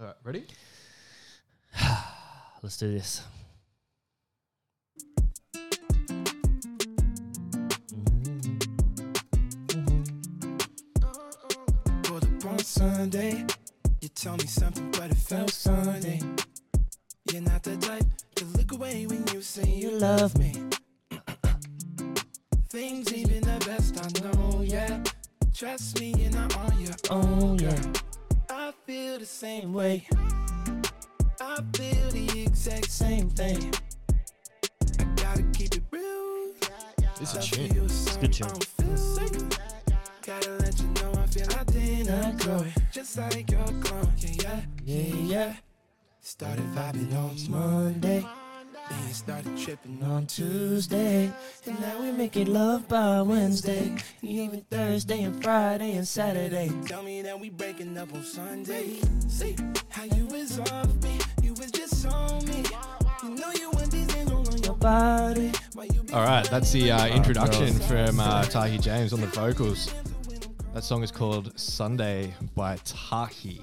All right, ready? Let's do this. Pulled up on Sunday. You tell me something, but it felt Sunday. You're not the type to look away when you say you love me. Things ain't been the best I know, yeah. Trust me, you're not on your own, yeah. I feel the same way. I feel the exact same thing. I gotta keep it real. It's a Love tune. you is a good something tune. I don't feel sick. Gotta let you know I feel I did not grow it. Just like your clone, yeah, yeah, yeah, yeah. Started vibing on Monday. Then you started tripping on Tuesday. And now we making love by Wednesday. And even Thursday and Friday and Saturday. Tell me that we breaking up on Sunday. See how you was off me. You was just on me. You know you want these things all on your body. Why you be All right, that's the uh, introduction that from uh, Tahi James on the vocals. That song is called Sunday by Tahi.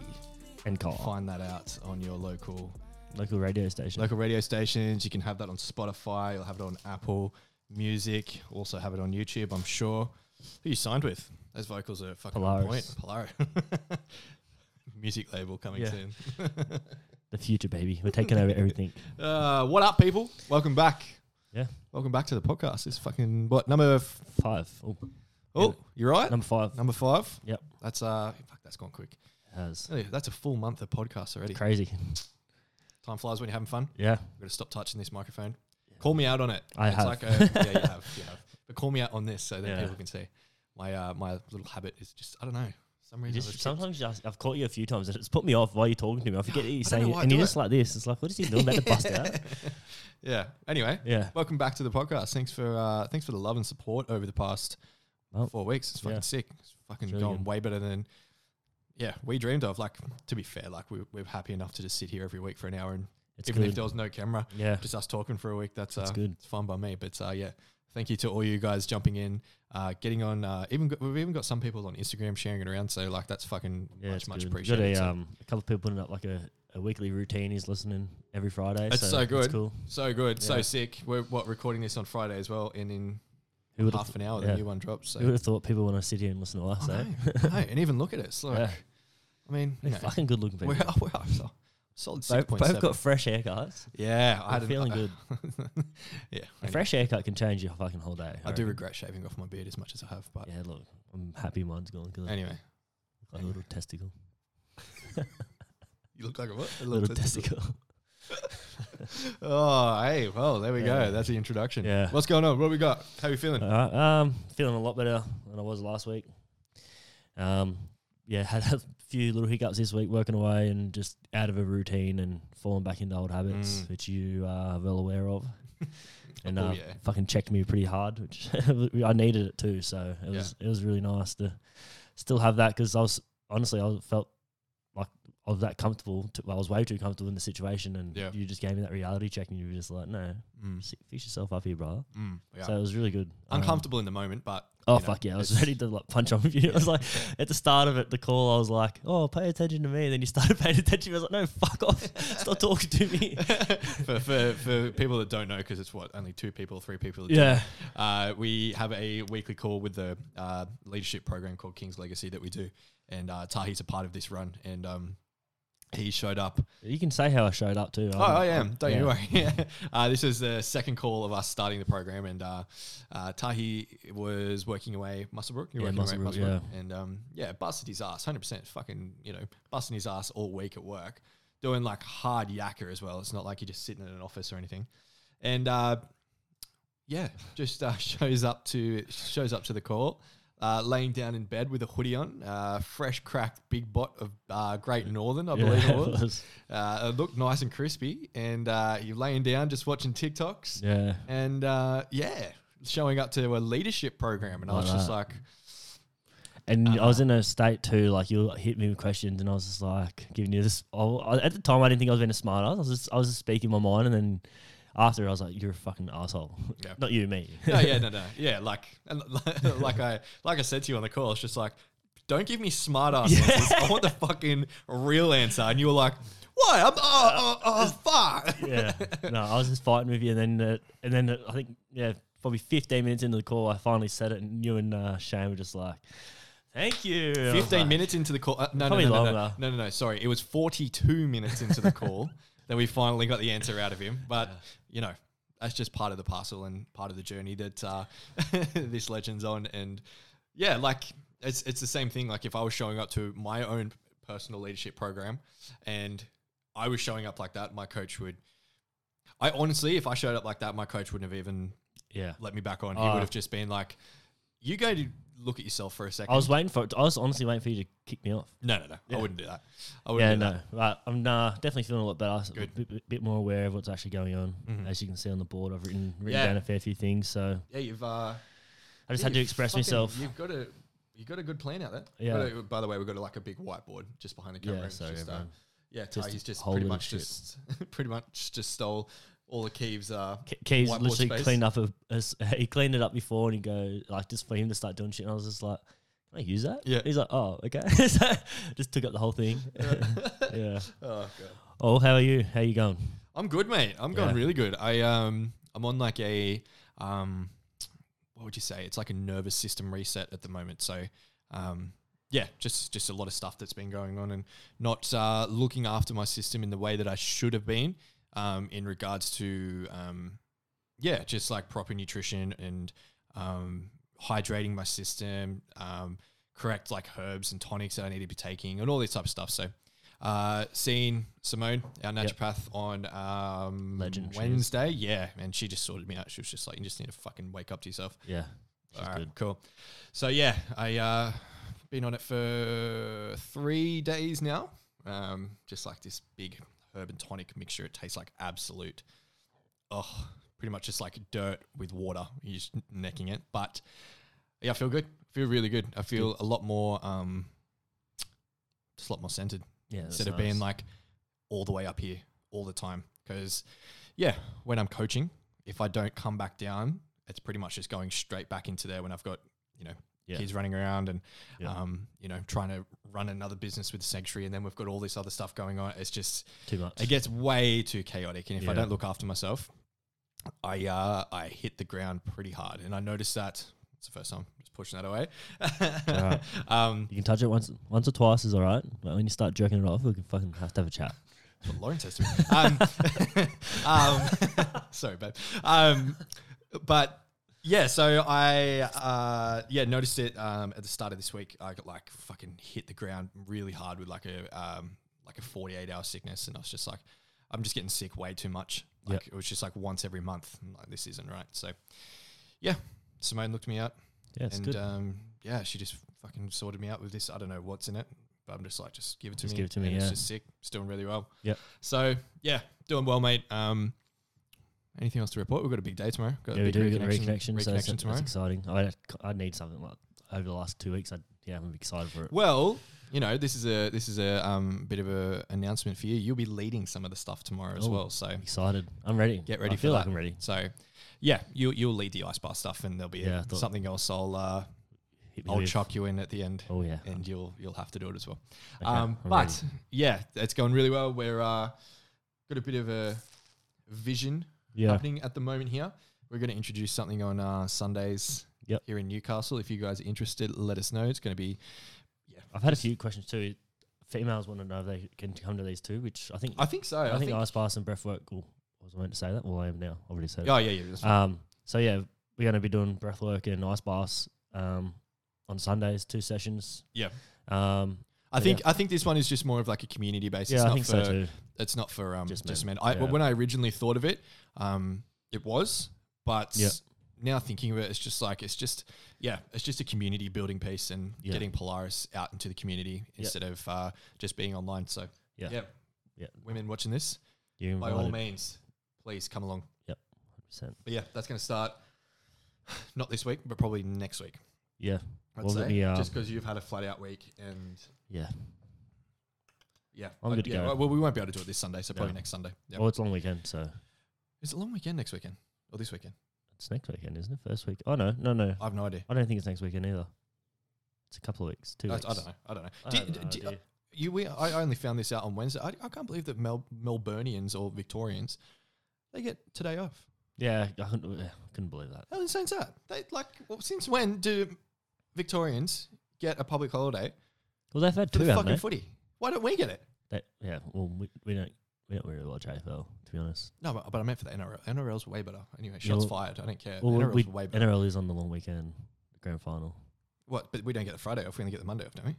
And Cole. Find that out on your local Local radio station. local radio stations. You can have that on Spotify. You'll have it on Apple Music. Also have it on YouTube. I'm sure. Who you signed with? Those vocals are fucking on point. Polaris. Polaris. Music label coming Yeah. soon. The future, baby. We're taking over everything. Uh, what up, people? Welcome back. Yeah. Welcome back to the podcast. It's fucking what number? F- Five. Oh, oh, you right? number five. Number five. Yep. That's uh, fuck, that's gone quick. Has. Hey, That's a full month of podcasts already. Crazy. Time flies when you're having fun. Yeah. I've got to stop touching this microphone. Call me out on it. I it's have. Like a, yeah, you have. You have. But call me out on this so that Yeah. people can see. My uh, my little habit is just I don't know. For some You reason I've just- just kept- sometimes you ask- I've caught you a few times and it's put me off while you're talking to me. I forget that I you're don't saying know it. why I And do you're it. just like this. It's like, what is he doing? About to bust out? yeah. Anyway, Yeah. welcome back to the podcast. Thanks for uh, thanks for the love and support over the past Well, four weeks. It's fucking yeah. sick. It's fucking It's really gone good. way better than yeah we dreamed of. Like to be fair, like we, we're happy enough to just sit here every week for an hour and It's even if good. there was no camera, Yeah. just us talking for a week. That's uh, That's good. It's fun by me. But uh, yeah, thank you to all you guys jumping in, uh, getting on. Uh, even got, we've even got some people on Instagram sharing it around. So like that's fucking Yeah, much it's much good. We've appreciated. Got So- a, um, a couple of people putting up like a, a weekly routine. He's listening every Friday. It's so It's good. cool. so good, so yeah. sick. We're what recording this on Friday as well, and in Who would half have an hour the yeah. new one drops. So Oh, who would have thought people want to sit here and listen to us? I eh? know, I know, and even look at it. It's like Yeah. I mean, you They're know, fucking good looking people. we're, we're so- solid six Both, point both seven. got fresh haircuts. yeah, I I'm had an- feeling I- good. yeah, I- A fresh haircut can change your fucking whole day. I do reckon. regret shaving off my beard as much as I have, but Yeah, look, I'm happy mine's gone because anyway, like a little testicle. you look like a what? A A little testicle. testicle. Oh, hey, well, there we Yeah. go. That's the introduction. Yeah. What's going on? What we got? How you feeling? All right, um, feeling a lot better than I was last week. Um, yeah, had a few little hiccups this week working away and just out of a routine and falling back into old habits, Mm. which you are well aware of. and Oh, uh, yeah. fucking checked me pretty hard, which I needed it too. So it Yeah. was it was really nice to still have that because I was honestly I felt like I was that comfortable. To, well, I was way too comfortable in the situation, and Yeah. you just gave me that reality check, and you were just like, "No, Mm, sit- fix yourself up here, brother." mm, yeah. So it was really good. Um, Uncomfortable in the moment, but Oh you know, fuck yeah! I was it's- ready to like punch on you. I was like, at the start of it, the call, I was like, "Oh, pay attention to me." And then you started paying attention. I was like, "No, fuck off! Stop talking to me." for, for for people that don't know, because it's what only two people, three people. that do yeah, uh, we have a weekly call with the uh, leadership program called King's Legacy that we do, and uh, Tahi's a part of this run, and um, he showed up. you can say how I showed up too. Oh, I am. Don't yeah. you worry. uh, this is the second call of us starting the program, and uh, uh, Tahi was working away Musselbrook. You're Yeah, working away Musselbrook, Musselbrook, and um, yeah, busted his ass, hundred percent. Fucking, you know, busting his ass all week at work, doing like hard yakka as well. It's not like you're just sitting in an office or anything, and uh, yeah, just uh, shows up to shows up to the call. Uh, laying down in bed with a hoodie on, uh, fresh cracked big bot of uh, Great Northern, I believe Yeah, it was. was. Uh, it looked nice and crispy, and uh, you're laying down just watching TikToks, Yeah, and uh, yeah, showing up to a leadership program, and I Like was just that. like, and I was in a state too. Like you hit me with questions, and I was just like giving you this. I, I- at the time, I didn't think I was being a smart ass. I was just, I was just speaking my mind, and then after, I was like, "You're a fucking asshole." Yeah. Not you, me. oh, no, yeah, no, no, yeah, like, and like I, like I said to you on the call, it's just like, Don't give me smart ass answers. I want the fucking real answer. And you were like, what? I'm, oh, oh, oh, fuck. yeah. No, I was just fighting with you, and then uh, and then uh, I think yeah, probably 15 minutes into the call, I finally said it, and you and uh, Shane were just like, "Thank you." I was 15 like, minutes into the call. Uh, no, no, Probably no, no, no, longer. no, no, no. Sorry, it was 42 minutes into the call that we finally got the answer out of him. But you know, that's just part of the parcel and part of the journey that uh, this legend's on. And yeah, like it's it's the same thing. Like if I was showing up to my own personal leadership program, and I was showing up like that, my coach would. I honestly, if I showed up like that, my coach wouldn't have even Yeah. let me back on. He Ah. would have just been like, "You go to look at yourself for a second. I was waiting for it. I was honestly waiting for you to kick me off. No, no, no. I wouldn't do that. I wouldn't Yeah, do that. no. Right, I'm nah, definitely feeling a lot better. A Good. Mm-hmm. bit, bit, bit more aware of what's actually going on. As you can see on the board, I've written written Yeah. down a fair few things, so Yeah, you've. Uh, I just had to express myself. You've got a you've got a good plan out there. Yeah. Got a- by the way, we've got a, like a big whiteboard just behind the camera. Yeah, It's sorry, just, uh, everyone. yeah. Just Ty's just whole pretty little much shit. just pretty much just stole all the Keeves. Uh, Ke- Keys whiteboard literally space. cleaned up a, a s- he cleaned it up before and he go like just for him to start doing shit and I was just like can I use that? Yeah. He's like, oh, okay. so just took up the whole thing. yeah. oh god. Oh, how are you? How you going? I'm good, mate. I'm going Yeah. really good. I um I'm on like a um what would you say? It's like a nervous system reset at the moment. So um yeah, just just a lot of stuff that's been going on and not uh, looking after my system in the way that I should have been um, in regards to um, yeah, just like proper nutrition and um, hydrating my system, um, correct like herbs and tonics that I need to be taking, and all this type of stuff. So, uh, seeing Simone, our naturopath, on um, Legend she is. Wednesday, yeah, and she just sorted me out. She was just like, "You just need to fucking wake up to yourself." Yeah. She's All right, good. cool. So yeah, I uh been on it for three days now. Um, just like this big herb and tonic mixture. It tastes like absolute oh, pretty much just like dirt with water. You're just necking it. But yeah, I feel good. I feel really good. I feel a lot more um just a lot more centered Yeah. that's instead of nice. being like all the way up here all the time. Because, yeah, when I'm coaching, if I don't come back down, it's pretty much just going straight back into there when I've got, you know, Yeah. kids running around and, Yeah. um, you know, trying to run another business with the sanctuary. And then we've got all this other stuff going on. It's just, too much. it gets way too chaotic, and if I Yeah. don't look after myself, I uh, I hit the ground pretty hard. And I noticed that it's the first time just pushing that away. Alright. um, You can touch it once once or twice is all right, but when you start jerking it off, we can fucking have to have a chat. that's what Lauren says to me. Um, um, sorry, babe. Um, but yeah, so I uh, yeah noticed it um, at the start of this week. I got like fucking hit the ground really hard with like a um, like a forty eight hour sickness, and I was just like, I'm just getting sick way too much. Like it was just like once every month. and like this isn't right. So yeah, Simone looked me up, Yeah, it's and good. um, yeah, she just fucking sorted me out with this. I don't know what's in it, but I'm just like, just give it to Just me. give it to me, And It's yeah. just sick. It's doing really well. Yep. So yeah, doing well, mate. Um, anything else to report? We've got a big day tomorrow. Got yeah, a we big do get the reconnection, so reconnection that's, that's tomorrow. exciting. I I need something like over the last two weeks. I yeah, I'm excited for it. Well, you know, this is a this is a um, bit of a announcement for you. You'll be leading some of the stuff tomorrow as Oh. well. So I'm excited. I'm ready. get ready I for feel that. like I'm ready. So yeah, you you'll lead the ice bar stuff, and there'll be Yeah, I thought- something else. I'll uh, Hit me I'll with- chuck you in at the end. Oh yeah. and you'll you'll have to do it as well. Okay, um, I'm but ready. yeah, it's going really well. We're uh, got a bit of a vision yeah. happening at the moment here. We're going to introduce something on uh, Sundays Yep. here in Newcastle. If you guys are interested, let us know. It's going to be I've had a few questions too. Females want to know if they can come to these two, which I think I think so. I, think, ice baths and breath work. Cool. I was meant to say that. Well, I am now. I already said Oh yeah, yeah. that's it. Um. So yeah, we're going to be doing breath work and ice baths. Um, on Sundays, two sessions. Yeah. Um. I But think I think this one is just more of like a community basis. Yeah, not I think for, so too. It's not for um, just, Just men. men, I, yeah. When I originally thought of it, um, it was, but Yep. now thinking of it, it's just like it's just yeah, it's just a community building piece and Yeah. getting Polaris out into the community instead of uh, just being online. So Yeah. yeah, Yeah. women watching this You by all invited means, please come along. 100%. But yeah, that's going to start not this week, but probably next week. Yeah. I'd Well, let say me, uh, just because you've had a flat out week and Yeah. yeah, I'm but good to yeah, go. Well, we won't be able to do it this Sunday, so probably No. next Sunday. Yeah. Well, it's a long weekend, so Is it a long weekend next weekend or this weekend? it's next weekend, isn't it? First week. Oh no, no, no. I have no idea. I don't think it's next weekend either. It's a couple of weeks, two I, I weeks. don't know. I don't know. I Do- have no do- idea. you, we, I only found this out on Wednesday. I, I can't believe that Mel, Melburnians or Victorians, they get today off. Yeah, I couldn't, yeah, couldn't believe that. How insane is that? They like well, since when do Victorians get a public holiday Well, they've had for two, the haven't fucking they? footy? Why don't we get it? They- yeah, well, we, we don't we don't really watch AFL to be honest. No, but, but I meant for the NRL. NRL's way better. Anyway, shots well- fired. I don't care. Well, NRL's we, way better. NRL is on the long weekend, the grand final. what? But we don't get the Friday off. We only get the Monday off, don't we?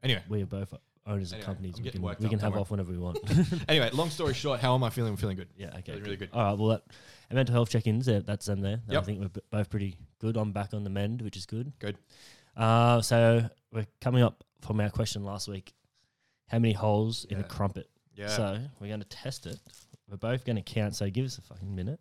Anyway, We are both owners Anyway, of companies. I'm we getting can, worked we up, can don't have worry. off whenever we want. anyway. Long story short, how am I feeling? I'm feeling good. yeah, okay. Feeling really good. All right, well, that mental health check-ins. That, that's them there. Yep. I think we're b- both pretty good. I'm back on the mend, which is good. Good. Uh, so we're coming up from our question last week. How many holes in a Yeah. crumpet? Yeah. So we're going to test it. We're both going to count. So give us a fucking minute.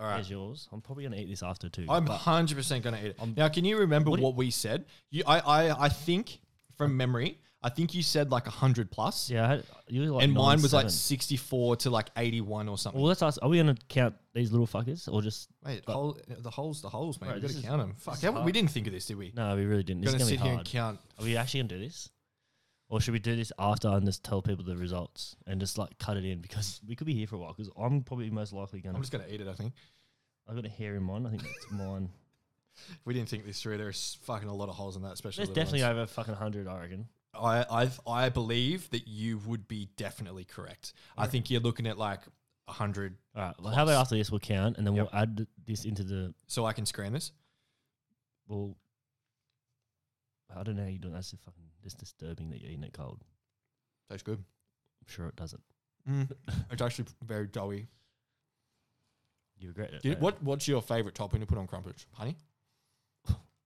All right. Here's yours. I'm probably going to eat this after too. I'm but- hundred percent gonna eat it. now, can you remember What what, do you- we said? You, I, I, I think from memory, I think you said like hundred plus, yeah, I had, you were like and mine was like 97. sixty-four to like eighty-one or something. Well, let's ask. Are we going to count these little fuckers or just? Mate, but- hole, the holes, the holes, mate. Right, we got this to is- count them. Fuck, is how, we hard. didn't think of this, did we? No, we really didn't. This We're is gonna going to sit be here and hard. count. Are we actually going to do this? Or should we do this after and just tell people the results and just like cut it in because we could be here for a while because I'm probably most likely going I'm to. just gonna eat it. I think I've got a hair in mine. I think that's mine. we didn't think this through. There's fucking a lot of holes in that, especially. There's little definitely ones. over fucking 100, I reckon. I, I've, I believe that you would be definitely correct. I think you're looking at like hundred. All right. Well, how about Plus. after this, we'll count and then Yep. we'll add th- this into the. So I can scan this. Well, I don't know how you're doing. That's fucking just disturbing that you're eating it cold. Tastes good. I'm sure it doesn't. Mm. it's actually very doughy. You regret it. Do you- later. what What's your favorite topping to put on crumpets? Honey,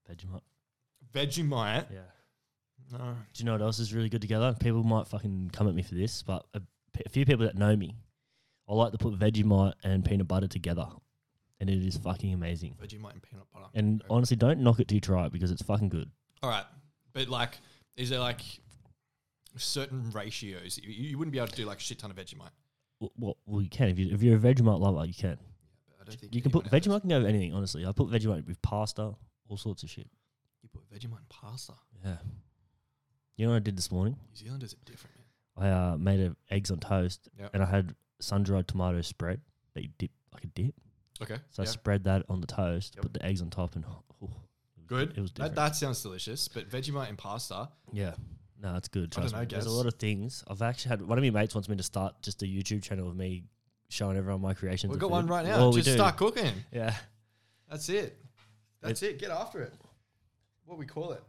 Vegemite. Vegemite. Yeah. No, Do you know what else is really good together? People might fucking come at me for this, but a, p- a few people that know me, I like to put Vegemite and peanut butter together, and it is fucking amazing. Vegemite and peanut butter. And Okay. honestly, don't knock it till you try it because it's fucking good. all right, but like, is there like certain ratios? You, you wouldn't be able to do like a shit ton of Vegemite. Well, well, well you can if you if you're a Vegemite lover, you can. I don't think You can put anyone has. Vegemite can go with anything. Honestly, I put Vegemite with pasta, all sorts of shit. You put Vegemite and pasta. Yeah. You know what I did this morning? New Zealanders are different, man. I uh, made a eggs on toast, Yep. and I had sun-dried tomato spread that you dip like a dip. Okay, So I yeah. spread that on the toast, Yep. put the eggs on top, and oh, it was- good. It was that, different. that sounds delicious. But Vegemite and pasta. yeah, no, it's good. I don't Trust know, me. There's a guess. lot of things. I've actually had one of my mates wants me to start just a YouTube channel of me showing everyone my creations. We've of got food. one right now. Well, we Just do. start cooking. Yeah, That's it. That's it. Get after it. What we call it?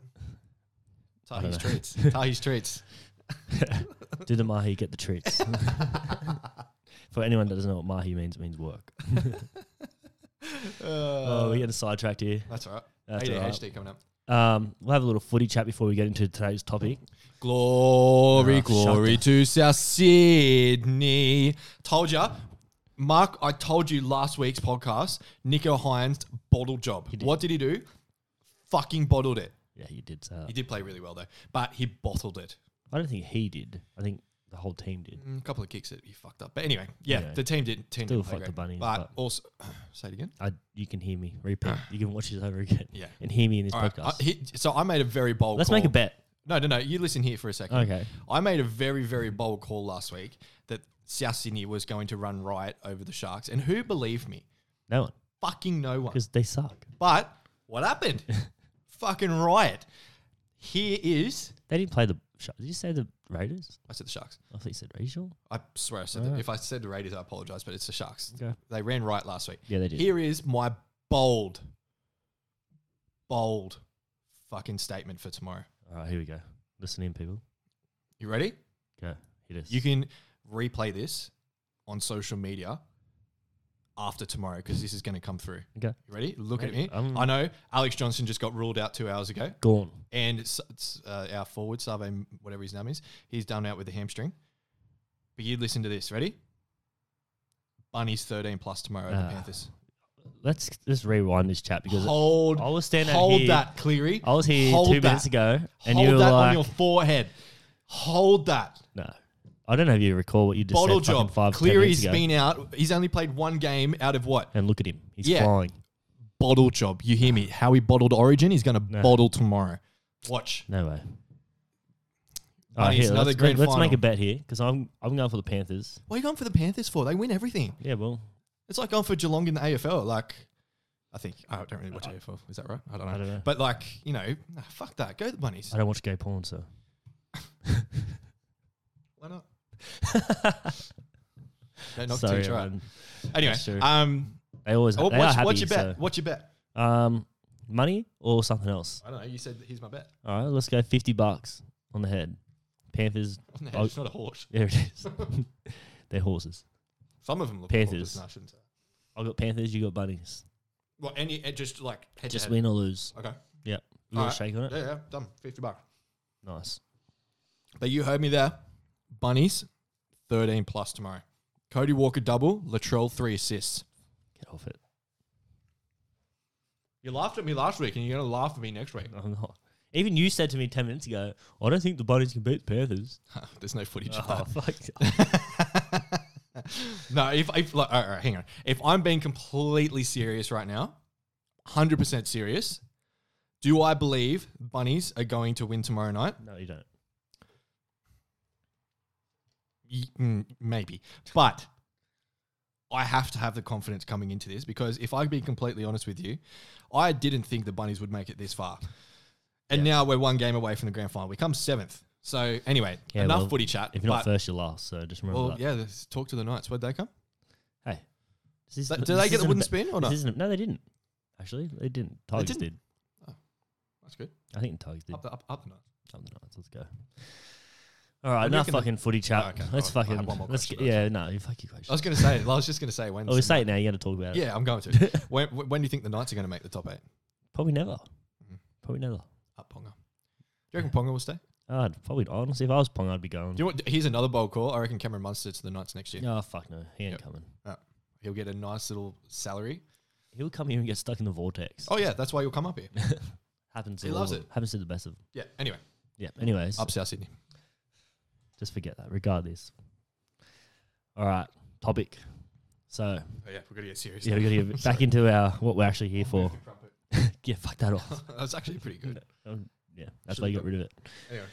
I don't Tahi's know. treats. Tahi's treats. do the mahi, get the treats. For anyone that doesn't know what mahi means, it means work. Uh, oh, we're getting sidetracked here. That's all right. That's all ADHD right. coming up. Um, we'll have a little footy chat before we get into today's topic. Glory, Ah, glory shut to South Sydney. Told ya, Mark. I told you last week's podcast. Nico Hines bottle job. did. What did he do? Fucking bottled it. Yeah, you did say that. He did play really well though, but he bottled it. I don't think he did. I think the whole team did. Mm, A couple of kicks that he fucked up. But anyway, yeah, Yeah. the team did. Team Still didn't play fucked the great. bunnies, But, but- also, say it again. I, you can hear me. Repeat. You can watch this over again. Ah. Yeah. And hear me in this All right. podcast. I- he- so I made a very bold. Let's call. make a bet. No, no, no. You listen here for a second. Okay. I made a very, very bold call last week that South Sydney was going to run riot over the Sharks, and who believed me? No one. Fucking no one. Because they suck. But what happened? Fucking riot. Here is. They didn't play the. Sh- Did you say the Raiders? I said the Sharks. I thought you said Rachel. I swear I said that. If I said the Raiders, I apologize, but it's the Sharks. Okay. They ran riot last week. Yeah, they did. Here is my bold, bold fucking statement for tomorrow. All right, here we go. Listen in, people. You ready? Go. Hit us. You can replay this on social media after tomorrow because this is going to come through. okay. You ready? Look at Ready. me. I'm- I know Alex Johnson just got ruled out two hours ago, Gone. and it's, it's, uh, our forward, Save, whatever his name is, he's done out with a hamstring. But you listen to this. Ready? Bunny's 13 plus tomorrow at Ah, the Panthers. Let's just rewind this chat because Hold, I was standing hold here- that, Cleary. I was here Hold two that. minutes ago and hold you were that like, on your forehead. Hold that. no. I don't know if you recall what you just Bottle said fucking job. five, ten minutes Cleary's ago. been out. He's only played one game out of what? and look at him. He's Yeah. flying. Bottle job. You hear me? How he bottled Origin, he's going to bottle tomorrow. Watch. No way. Bunnies, another let's, grand let's make final. a bet here because I'm I'm going for the Panthers. What are you going for the Panthers for? They win everything. Yeah, well, It's like going for Geelong in the AFL. Like, I think I don't really watch AFL. Is that right? I don't know. I don't know. But like, you know, nah, fuck that. Go the bunnies. I don't watch gay porn, so Why not? Don't knock Sorry, sorry. try. everyone. Anyway, That's true. um, They always oh, they are what's, happy. what's your bet? so- What's your bet? Um, money or something else. I don't know. You said here's my bet. All right, let's go fifty bucks on the head. Panthers. No, Oh. it's not a horse. There it is. They're horses. Some of them look Panthers. Panthers. I shouldn't say. I got Panthers. You got bunnies. Well, any eh, just like head Just to head. win or lose. Okay. Yep. You got All a right. shake on it. Yeah, yeah, done. Fifty bucks. Nice. But you heard me there. Bunnies, thirteen plus tomorrow. Cody Walker double. Latrell three assists. Get off it. You laughed at me last week, and you're gonna laugh at me next week. I'm not. Even you said to me ten minutes ago, I don't think the bunnies can beat the Panthers. There's no footage of Oh, that. fuck. no, if, if like, all right, hang on. If I'm being completely serious right now, 100% serious, do I believe bunnies are going to win tomorrow night? no, you don't. Y- mm, Maybe. But I have to have the confidence coming into this because if I be completely honest with you, I didn't think the bunnies would make it this far. And now we're one game away from the grand final. We come seventh. So anyway, Yeah, enough well, footy chat. If you're not but- first, you're last. So just remember well, that. yeah, let's talk to the Knights. Where'd they come? Hey, this is, Th- this did they get isn't the a wooden bet- spoon or this not? isn't a- no, they didn't. Actually, they didn't. Tigers didn't. did. That's good. I think the Tigers did. Up the, up, up the Knights. Up the Knights. Let's go. All right, I enough reckon the- fucking footy chat. Oh, okay. Let's I- I have fucking. one more let's question, get, yeah, no, you fuck your question. I was going to say, I was just going to say when. Oh, we say it now. You got to talk about it. yeah, I'm going to. when, when do you think the Knights are going to make the top eight? Probably never. Mhm. Probably never. Up Ponga. Do you reckon Ponga will stay? I'd probably honestly, if I was Pong, I'd be going. Do you want, here's another bold call. I reckon Cameron Munster to the Knights next year. Oh fuck no, he ain't Yep. coming. He'll get a nice little salary. He'll come here and get stuck in the vortex. Oh yeah, that's why he'll come up here. happens. he to loves all- it. Happens to the best of. Yeah. Anyway, Yeah. Anyways, up South Sydney. just forget that. Regard this. All right, topic. So Oh yeah, we're gonna get serious. yeah, we got to get back into our what we're actually here for. yeah, fuck that off. that's actually pretty good. Um, Yeah, that's why you got rid of it. Anyway,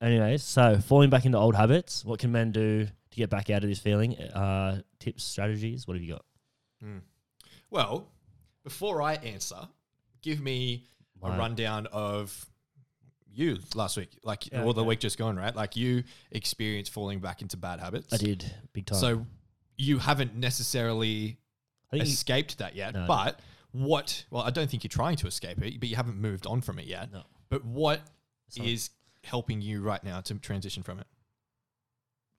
Anyways, so falling back into old habits, what can men do to get back out of this feeling? Uh, tips, strategies, what have you got? Hmm. well, before I answer, give me Mine. a rundown of you last week, like Yeah, or the okay. week just gone, right? Like you experienced falling back into bad habits. I did big time. So you haven't necessarily I think you- escaped that yet, No. but what? Well, I don't think you're trying to escape it, but you haven't moved on from it yet. No. But what is It's not- helping you right now to transition from it?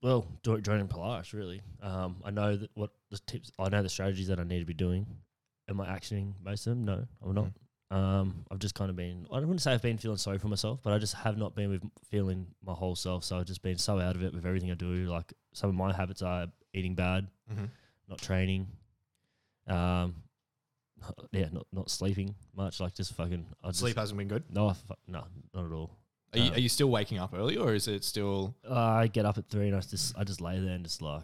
well, jo- joining Polaris really. Um, I know that what the tips, I know the strategies that I need to be doing. Am I actioning most of them? No, I'm not. Um, I've just kind of been. I wouldn't say I've been feeling sorry for myself, but I just have not been with feeling my whole self. So I've just been so out of it with everything I do. Like some of my habits are eating bad, Mhm. not training, um, yeah, not not sleeping much. Like just fucking I just- Sleep hasn't been good. No, I fu- no, not at all. Are, you, Um, are you still waking up early, or is it still? Uh, I get up at three and I just I just lay there and just like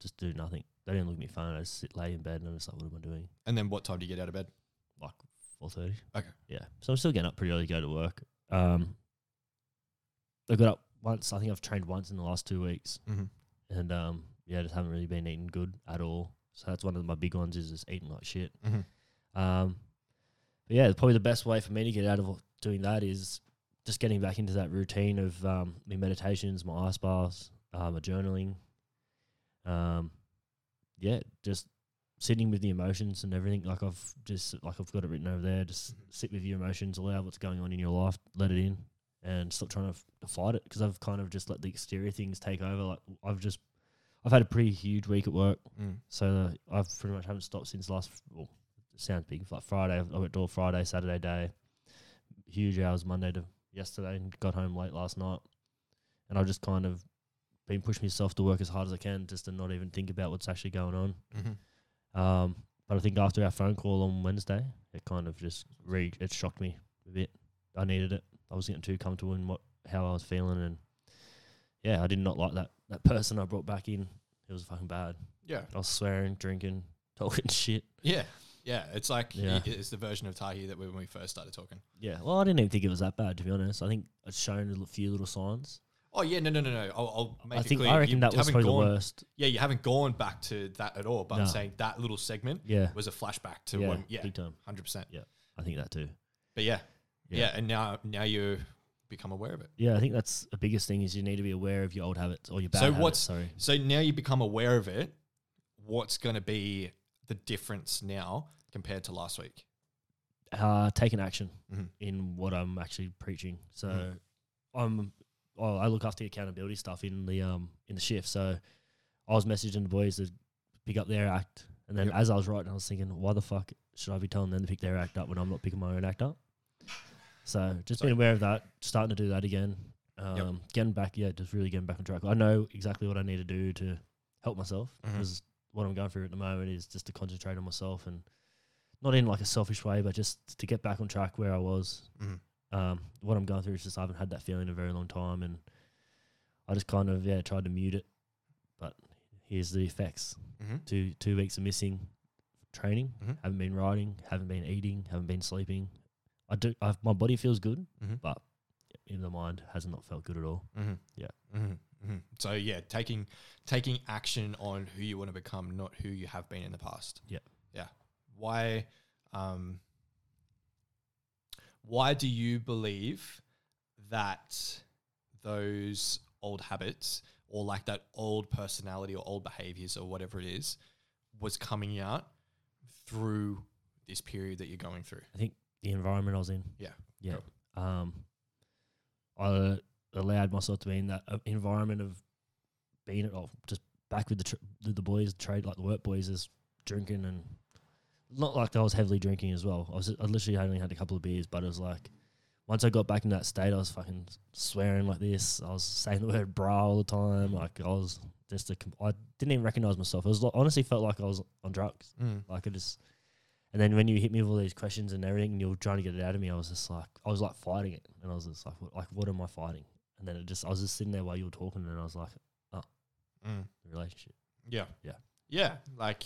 just do nothing. Don't even look at my phone. I just sit lay in bed and I'm just like, what am I doing? And then what time do you get out of bed? Like four thirty. Okay. Yeah. So I'm still getting up pretty early to go to work. Um, I got up once. I think I've trained once in the last two weeks, Mhm. and um, yeah, just haven't really been eating good at all. So that's one of my big ones is just eating like shit. Mhm. Um, but yeah, probably the best way for me to get out of doing that is just getting back into that routine of um, my meditations, my ice baths, uh, my journaling. Um, yeah, just sitting with the emotions and everything. Like I've just like I've got it written over there. Just sit with your emotions, allow what's going on in your life, let it in, and stop trying to, f- to fight it. Because I've kind of just let the exterior things take over. Like I've just I've had a pretty huge week at work. Mm. So uh, I've pretty much haven't stopped since last. Well, it sounds big. Like Friday, I went all Friday, Saturday day, huge hours Monday to yesterday, and got home late last night. And I've just kind of been pushing myself to work as hard as I can, just to not even think about what's actually going on. Mhm. Um, but I think after our phone call on Wednesday, it kind of just re it shocked me a bit. I needed it. I was getting too comfortable in what how I was feeling, and yeah, I did not like that that person I brought back in. It was fucking bad. Yeah, I was swearing, drinking, talking shit. yeah. Yeah, it's like Yeah. it- it's the version of Tahi that we, when we first started talking. Yeah. Well, I didn't even think it was that bad to be honest. I think it's shown a few little signs. Oh yeah, no, no, no, no. I'll, I'll make I it think clear. I reckon you that was haven't probably the gone- worst. Yeah, you haven't gone back to that at all. But I'm No. saying that little segment Yeah. was a flashback to yeah, when, yeah, Big time. hundred percent. Yeah. I think that too. But yeah, Yeah. yeah, and now now you become aware of it. Yeah, I think that's the biggest thing is you need to be aware of your old habits or your bad So habits. what's- Sorry. So now you become aware of it. What's going to be the difference now compared to last week? Uh, taking action Mhm. in what I'm actually preaching. So Mhm. I'm, well, I look after the accountability stuff in the um in the shift. So I was messaging the boys to pick up their act, and then Yep. as I was writing, I was thinking, why the fuck should I be telling them to pick their act up when I'm not picking my own act up? So just Sorry. being aware of that, starting to do that again. Um, Yep. Getting back, yeah, just really getting back on track. I know exactly what I need to do to help myself Mhm. because what I'm going through at the moment is just to concentrate on myself and not in like a selfish way, but just to get back on track where I was. Mhm. Um, what I'm going through is just I haven't had that feeling in a very long time, and I just kind of yeah tried to mute it, but here's the effects: Mm-hmm. two two weeks of missing training, Mhm. haven't been riding, haven't been eating, haven't been sleeping. I do i my body feels good, Mhm. but in the mind has not felt good at all. Mm-hmm. Yeah. Mm-hmm. hmm So yeah, taking taking action on who you want to become, not who you have been in the past. Yep. Yeah. Why? Um, why do you believe that those old habits or like that old personality or old behaviors or whatever it is was coming out through this period that you're going through? The environment I was in, Yeah. yeah, um, I allowed myself to be in that uh, environment of being at all, just back with the tr- the, the boys, trade like the work boys, is drinking and not like I was heavily drinking as well. I was I literally only had a couple of beers, but it was like once I got back in that state, I was fucking swearing like this. I was saying the word bra all the time. Like I was just a com- I didn't even recognize myself. It was like, honestly felt like I was on drugs. Mm. Like I just, and then when you hit me with all these questions and everything, and you were trying to get it out of me, I was just like, I was like fighting it, and I was just like, what, like what am I fighting? And then it just, I was just sitting there while you were talking, and I was like, Mm. the relationship. Yeah. Yeah. Yeah. Like,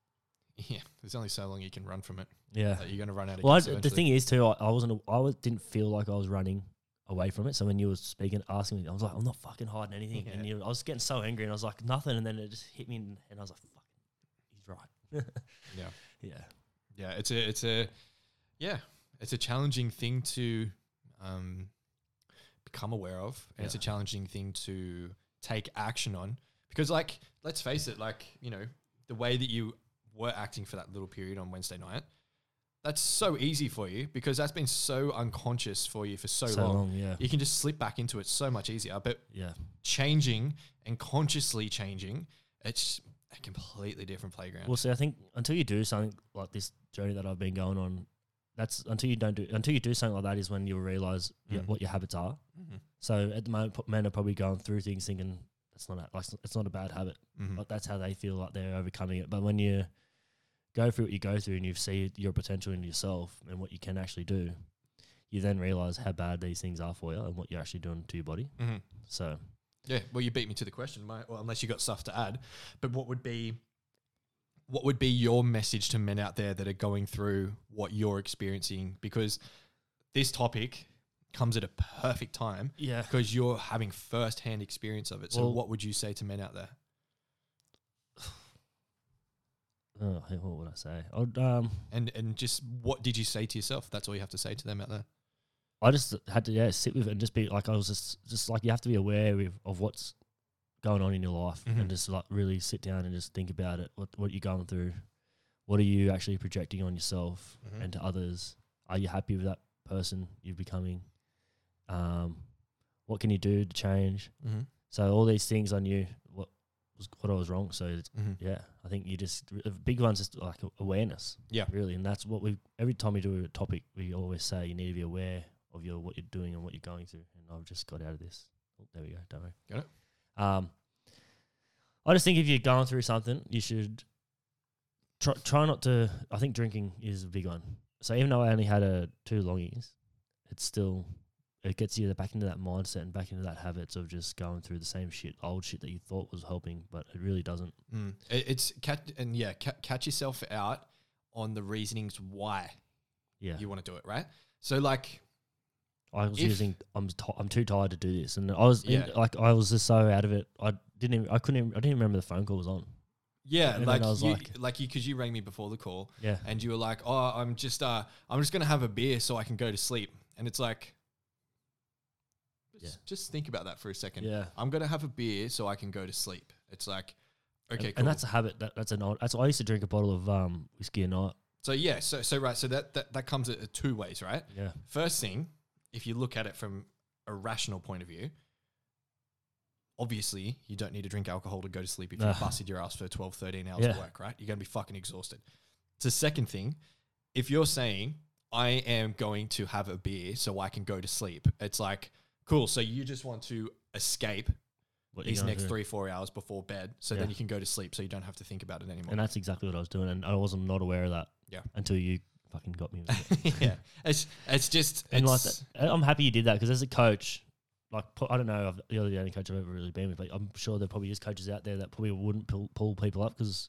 yeah, there's only so long you can run from it. Yeah. Like, you're going to run out of Well, I, gas the eventually. thing is too, I, I wasn't, I was, didn't feel like I was running away from it. So when you were speaking, asking me, I was like, I'm not fucking hiding anything, and Yeah. you, I was getting so angry, and I was like, nothing, and then it just hit me, and, and I was like, fuck, he's right. Yeah. Yeah. Yeah. It's a, it's a, yeah, it's a challenging thing to um, become aware of. And it's a Yeah. challenging thing to take action on because, like, let's face it, like, you know, the way that you were acting for that little period on Wednesday night, that's so easy for you because that's been so unconscious for you for so, So long. long. Yeah. You can just slip back into it so much easier. But Yeah. changing and consciously changing, it's a completely different playground. Well, see, I think until you do something like this journey that I've been going on, that's until you don't do until you do something like that is when you'll realize y- Mm. what your habits are. Mhm. So at the moment, p- men are probably going through things thinking it's not a, like it's not a bad habit, Mhm. but that's how they feel like they're overcoming it. But when you go through what you go through and you see your potential in yourself and what you can actually do, you then realize how bad these things are for you and what you're actually doing to your body. Mhm. So Yeah. Well, you beat me to the question, mate. Well, unless you got stuff to add, but what would be, what would be your message to men out there that are going through what you're experiencing? Because this topic comes at a perfect time yeah, because you're having firsthand experience of it. So, Well- what would you say to men out there? oh, what would I say? I'd, um, And and just what did you say to yourself? That's all you have to say to them out there. I just had to yeah sit with it and just be like I was just just like you have to be aware of, of what's going on in your life Mhm. and just like really sit down and just think about it what what you're going through what are you actually projecting on yourself Mhm. and to others are you happy with that person you're becoming um what can you do to change Mm-hmm. so all these things I knew what was what I was wrong so it's, Mm-hmm. yeah I think you just the big one's just like a- awareness Yeah. really and that's what we every time we do a topic we always say you need to be aware of your what you're doing and what you're going through and i've just got out of this oh, there we go don't worry Got it. um i just think if you're going through something you should try, try not to i think drinking is a big one so even though i only had a two longies it's still it gets you back into that mindset and back into that habits of just going through the same shit old shit that you thought was helping but it really doesn't Mm. It, it's catch and yeah, ca- catch yourself out on the reasonings why Yeah. you want to do it, right? So like, I was if- using. I'm. T- I'm too tired to do this, and I was in- Yeah. like, I was just so out of it. I didn't. Even, I couldn't. Even, I didn't even remember the phone call was on. yeah, And then like, I was you, like- like you, because you rang me before the call, Yeah. and you were like, "Oh, I'm just uh, I'm just gonna have a beer so I can go to sleep," and it's like, Yeah. just, just think about that for a second. Yeah. I'm gonna have a beer so I can go to sleep. It's like, okay, and, cool. and that's a habit. That, that's an old. That's I used to drink a bottle of um whiskey a night. so yeah, so so right, so that that that comes at at two ways, right? Yeah. First thing, if you look at it from a rational point of view, obviously you don't need to drink alcohol to go to sleep if you No. busted your ass for 12, 13 hours of Yeah. work, right? You're going to be fucking exhausted. It's the second thing. If you're saying, I am going to have a beer so I can go to sleep, it's like, cool. So you just want to escape What you these gonna next do? three, four hours before bed so Yeah. then you can go to sleep so you don't have to think about it anymore. And that's exactly what I was doing, and I wasn't not aware of that. Yeah. Until you fucking got me. with it. yeah. It's, it's just, and like, it's- that, I'm happy you did that because as a coach, like pu- I don't know, I've, you're the only coach I've ever really been with, but I'm sure there probably is coaches out there that probably wouldn't pull, pull people up because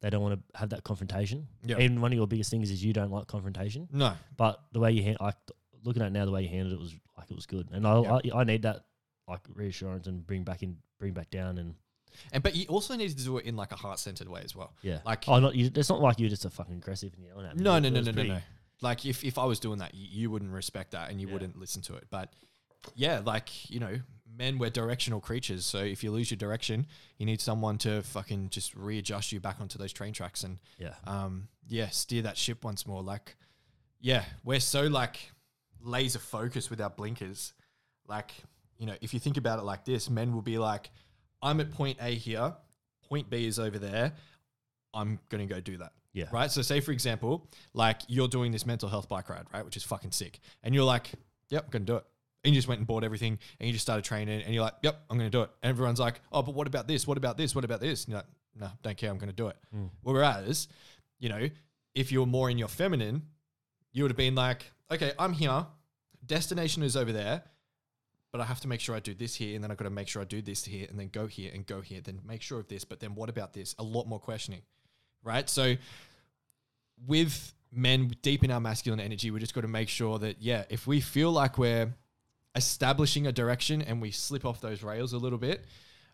they don't want to have that confrontation. Yeah. Even one of your biggest things is you don't like confrontation, no, but the way you hand, like looking at it now, the way you handled it was like it was good, and I Yeah. I, I need that like reassurance and bring back in, bring back down, and And but you also need to do it in like a heart centered way as well. yeah, Like oh, not you. It's not like you're just a fucking aggressive and yelling at me. no, It no, no, was no, no, pretty- no. Like if, if I was doing that, you, you wouldn't respect that and you Yeah. wouldn't listen to it. But yeah, like you know, men we're directional creatures. So if you lose your direction, you need someone to fucking just readjust you back onto those train tracks and Yeah, um yeah steer that ship once more. Like yeah, we're so like laser focused with our blinkers. Like you know, if you think about it like this, men will be like, I'm at point A here, point B is over there. I'm gonna go do that yeah, right? So say for example, like you're doing this mental health bike ride, right? Which is fucking sick. And you're like, yep, I'm gonna do it. And you just went and bought everything and you just started training and you're like, yep, I'm gonna do it. And everyone's like, oh, but what about this? What about this? What about this? And you're like, no, don't care, I'm gonna do it. Mm. Whereas, you know, if you were more in your feminine, you would have been like, okay, I'm here, destination is over there. But I have to make sure I do this here, and then I've got to make sure I do this here, and then go here and go here, then make sure of this, but then what about this? A lot more questioning right? So with men deep in our masculine energy, we just got to make sure that yeah, if we feel like we're establishing a direction and we slip off those rails a little bit,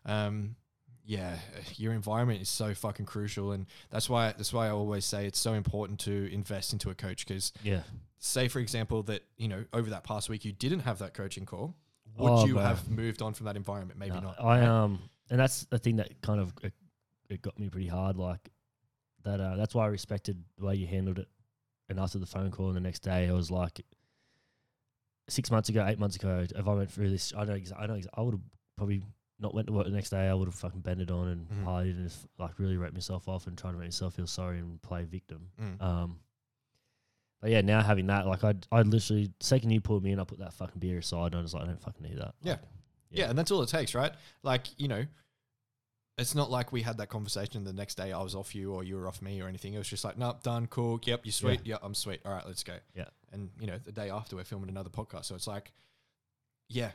um, yeah, your environment is so fucking crucial, and that's why that's why I always say it's so important to invest into a coach because yeah. say for example that you know over that past week you didn't have that coaching call. Would Oh, you bro. have moved on from that environment? Maybe No, not. I right? um, and that's the thing that kind of it, it got me pretty hard. Like that. Uh, that's why I respected the way you handled it. And after the phone call, and the next day, I was like, six months ago, eight months ago, if I went through this, I don't, exa- I don't, exa- I would have probably not went to work the next day. I would have fucking bended on and Mhm. partied and just like really wrote myself off and tried to make myself feel sorry and play victim. Mm. Um, but yeah, now having that, like I, I literally second you pulled me in, I put that fucking beer aside, and I was like, I don't fucking need that. Yeah. Like, Yeah, and that's all it takes, right? Like, you know, it's not like we had that conversation the next day I was off you or you were off me or anything. It was just like, nope, done, cool. Yep, you're sweet. Yeah, I'm sweet. All right, let's go. Yeah. And, you know, the day after we're filming another podcast. So it's like, yeah,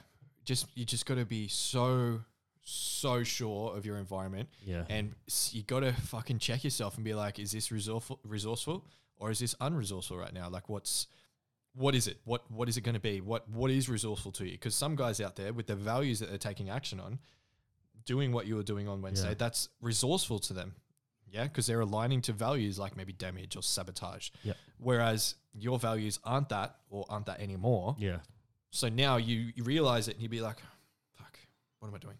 just you just got to be so, so sure of your environment. yeah. And s- you got to fucking check yourself and be like, is this resourceful, resourceful or is this unresourceful right now? Like, what's what is it? What what is it going to be? What what is resourceful to you? Because some guys out there with the values that they're taking action on, doing what you were doing on Wednesday, Yeah. that's resourceful to them. Yeah, because they're aligning to values like maybe damage or sabotage. Yep. Whereas your values aren't that or aren't that anymore. Yeah. So now you, you realize it and you'd be like, fuck, what am I doing?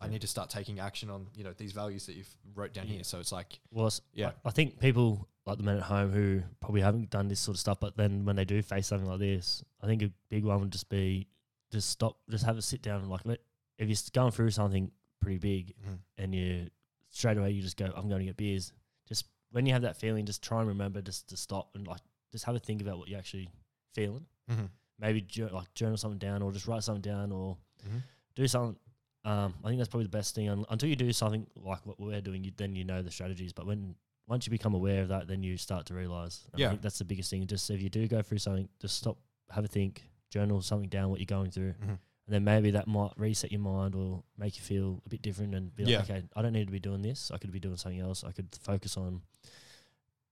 I Yeah. need to start taking action on, you know, these values that you've wrote down Yeah. here. So it's like, Well, s- Yeah. I, I think people like the men at home who probably haven't done this sort of stuff, but then when they do face something like this, I think a big one would just be just stop, just have a sit down and like, let- if you're s- going through something pretty big Mhm. and you straight away you just go, I'm going to get beers. Just when you have that feeling, just try and remember just to stop and like just have a think about what you're actually feeling. Mhm. Maybe jour- like journal something down or just write something down or Mhm. do something um, I think that's probably the best thing. Un- Until you do something like what we're doing, you, then you know the strategies. But when once you become aware of that, then you start to realize. And Yeah. I think that's the biggest thing. Just if you do go through something, just stop, have a think, journal something down what you're going through, Mhm. and then maybe that might reset your mind or make you feel a bit different and be like, Yeah. okay, I don't need to be doing this. I could be doing something else. I could focus on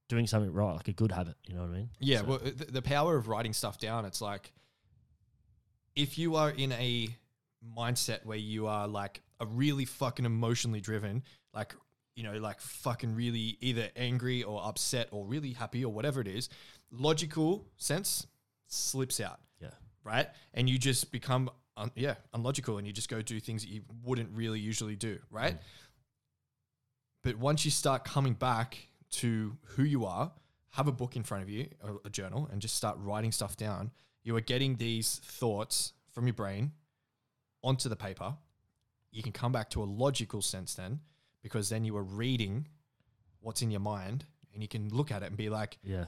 doing something right, like a good habit. You know what I mean? Yeah, So- well, the, the power of writing stuff down. It's like if you are in a mindset where you are like a really fucking emotionally driven, like you know, like fucking really either angry or upset or really happy or whatever it is, logical sense slips out, yeah, right? And you just become un- yeah unlogical, and you just go do things that you wouldn't really usually do, right? Mm. But once you start coming back to who you are, have a book in front of you, a, a journal, and just start writing stuff down. You are getting these thoughts from your brain onto the paper. You can come back to a logical sense then, because then you are reading what's in your mind and you can look at it and be like, yeah,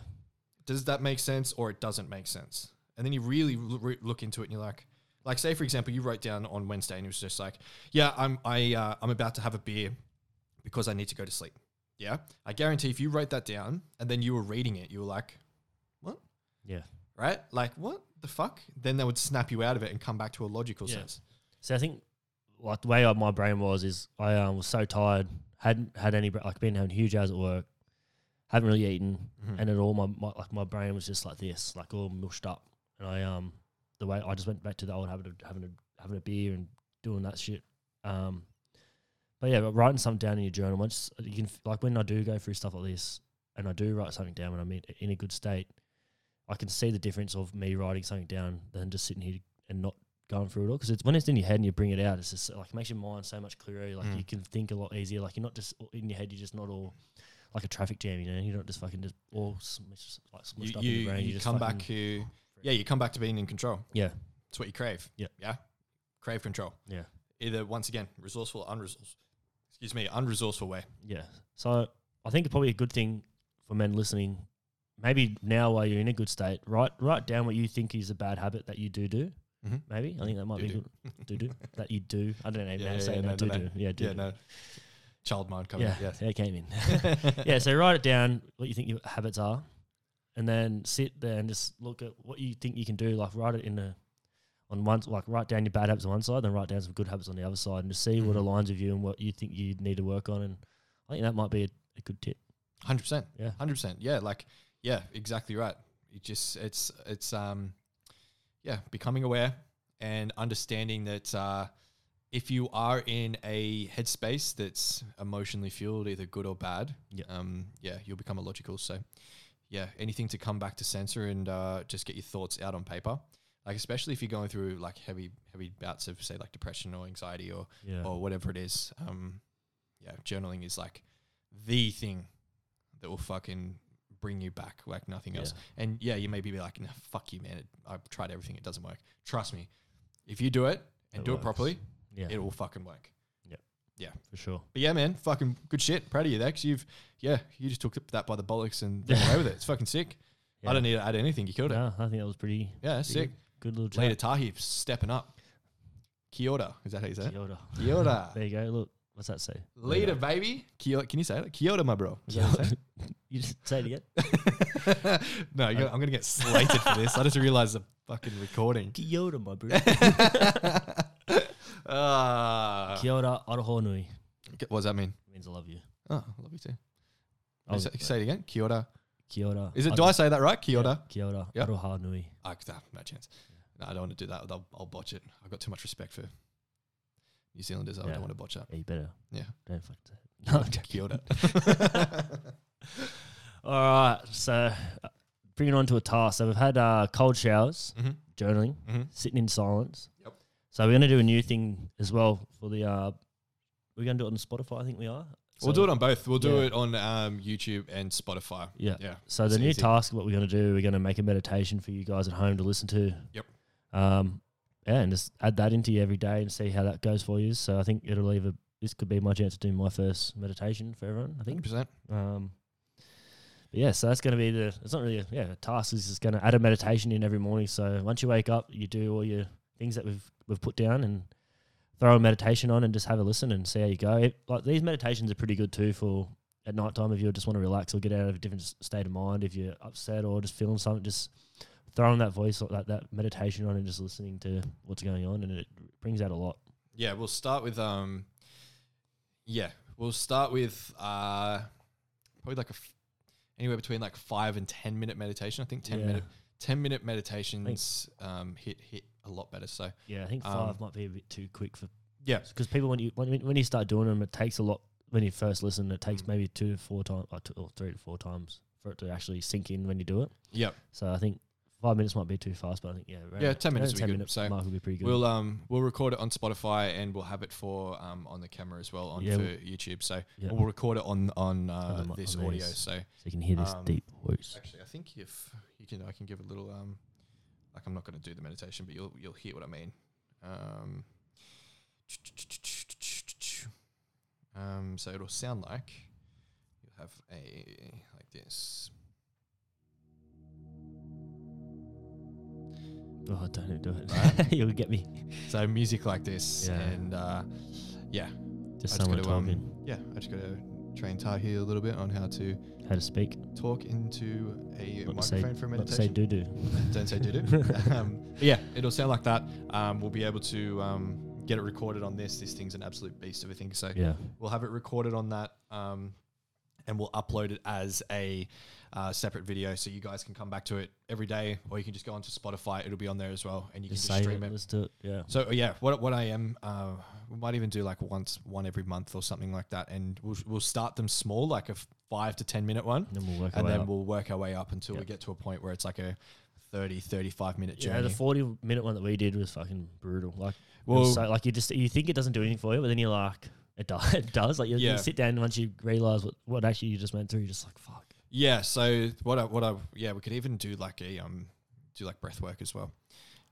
does that make sense or it doesn't make sense? And then you really l- re- look into it and you're like, like say for example, you wrote down on Wednesday and it was just like, yeah, I'm I uh, I'm about to have a beer because I need to go to sleep. Yeah, I guarantee if you wrote that down and then you were reading it, you were like, what? yeah. Right? Like what the fuck? Then they would snap you out of it and come back to a logical Yeah. sense. So I think like the way I, my brain was is I um, was so tired, hadn't had any bre- like been having huge hours at work, hadn't really eaten, and at all my, my like my brain was just like this, like all mushed up, and I um the way I just went back to the old habit of having a having a beer and doing that shit. Um, but yeah, but writing something down in your journal once you can f- like when I do go through stuff like this, and I do write something down when I'm in, in a good state. I can see the difference of me writing something down than just sitting here and not going through it all because it's when it's in your head and you bring it out, it's just like it makes your mind so much clearer. Like Mm. you can think a lot easier. Like you're not just all- in your head. You're just not all like a traffic jam. You know, you're not just fucking just all smushed, like smushed You up in you, your brain. you just come fucking- back to yeah, you come back to being in control. Yeah, It's what you crave. Yeah. Yeah. Crave control. yeah, Either once again, resourceful or unresourceful. Excuse me, unresourceful way. yeah. So I think probably a good thing for men listening. Maybe now while you're in a good state, write write down what you think is a bad habit that you do do. Mm-hmm. Maybe I think that might be Do-do. good. Do do that you do. I don't know. Yeah, now yeah, say yeah, no, no, do no, do. Yeah, do Yeah, do. no. Child mind coming. Yeah, Yeah. yeah. it came in. yeah, so write it down what you think your habits are, and then sit there and just look at what you think you can do. Like write it in a on one like write down your bad habits on one side, then write down some good habits on the other side, and just see what Mhm. aligns with you and what you think you need to work on. And I think that might be a, a good tip. Hundred percent. Yeah. Hundred percent. Yeah. Like. Yeah. Exactly right. It just. It's. It's. Um. Yeah. Becoming aware and understanding that uh, if you are in a headspace that's emotionally fueled, either good or bad. Yeah. Um. Yeah. You'll become illogical. So. Yeah. Anything to come back to censor and uh, just get your thoughts out on paper. Like especially if you're going through like heavy heavy bouts of say like depression or anxiety or Yeah, or whatever it is. Um, yeah, journaling is like the thing that will fucking bring you back like nothing else. And yeah, you may be like, nah, fuck you, man. It, I've tried everything. It doesn't work. Trust me. If you do it and It do works. it properly, yeah, it will fucking work. for sure. But yeah, man, fucking good shit. Proud of you there 'cause you've, yeah, you just took that by the bollocks and ran away with it. It's fucking sick. Yeah. I don't need to add anything. You killed it. No, I think that was pretty Yeah, that's pretty sick. Good little Later, chat. Tahi stepping up. Kia ora. Is that how you say it? Kia ora. Kia ora. There you go. Look, what's that say? Later, baby. Kia, can you say it? Kia ora, my bro. Is that Kia what you say? ora. you just say it again. no, you're, I'm going to get slated for this. I just realized the fucking recording. Kia ora, my bro. Ah. Kia ora, aroha nui. what does that mean? means I love you. Oh, I love you too. I was- say, say it again. Kia ora. Kia ora. Is it? Ar- Do I say that right? Kia yeah, ora. Kia ora. Yeah. Aroha nui. Ah, nah, no chance. No, I don't want to do that. I'll, I'll botch it. I've got too much respect for New Zealanders. I Yeah. don't want to botch that. Yeah, you better. Yeah. Don't fuck that. No, I'm joking. Kia ora. All right. So, uh, bringing on to a task. So, we've had uh, cold showers, Mhm, journaling, mhm. sitting in silence. Yep. So, we're going to do a new thing as well for the. Uh, we're going to do it on Spotify, I think we are. We'll do it on both. We'll do Yeah. it on um, YouTube and Spotify. Yeah. Yeah. So the It's new easy. task, what we're going to do, we're going to make a meditation for you guys at home to listen to. Yep. Um, yeah, and just add that into you every day and see how that goes for you. So I think it'll either this could be my chance to do my first meditation for everyone. I think. 100%. Um, but yeah, so that's going to be the. It's not really a, yeah a task. It's just going to add a meditation in every morning. So once you wake up, you do all your things that we've we've put down and throw a meditation on and just have a listen and see how you go. It, like these meditations are pretty good too for at night time if you just want to relax or get out of a different s- state of mind. If you're upset or just feeling something, just throwing that voice or that, that meditation on and just listening to what's going on and it brings out a lot. Yeah, we'll start with um, yeah, we'll start with uh, probably like a f- anywhere between like five and ten minute meditation. I think ten Yeah. minute ten minute meditations um, hit hit a lot better. So Yeah, I think Um, five might be a bit too quick for yeah, because people when you when, when you start doing them, it takes a lot. When you first listen, it takes Mm. maybe two to four times, or, two, or three to four times for it to actually sink in when you do it. yeah. So I think five minutes might be too fast, but I think yeah, around Yeah, that- 10 minutes around would be good. minute So mark would be pretty good. We'll um we'll record it on Spotify and we'll have it for um on the camera as well on Yeah, for we'll- YouTube. So Yeah. we'll record it on on uh, On the mi- this on audio. these. So so you can hear this um, deep voice. actually, I think if you can, I can give a little um like I'm not going to do the meditation, but you'll you'll hear what I mean. Um, um so it'll sound like you'll have a like this. Oh, don't even do it. Right. You'll get me. So music like this Yeah. and uh, yeah, Just I just someone gotta, um, talking yeah. I just got to train Tahir a little bit on how to. how to speak. talk into a Not to say, microphone for a not to say meditation. doo doo. Don't say doo-doo. um, but yeah, it'll sound like that. Um, we'll be able to um, get it recorded on this. This thing's an absolute beast of a thing. So yeah, we'll have it recorded on that um, and we'll upload it as a uh, separate video so you guys can come back to it every day or you can just go onto Spotify. It'll be on there as well and you just can just save stream it. it. Let's do it. Yeah. So uh, yeah, what what I am, uh, we might even do like once one every month or something like that, and we'll we'll start them small, like a f- five to ten minute one, And then we'll work and our way then up. we'll work our way up until we Yep. get to a point where it's like a 30 35 minute Yeah, journey the forty minute one that we did was fucking brutal. Like, well well, so, like you just you think it doesn't do anything for you, but then you're like, it does. It does. Like you, Yeah. you sit down and once you realize what, what actually you just went through, you're just like, fuck. yeah so what i what i yeah we could even do like a um do like breath work as well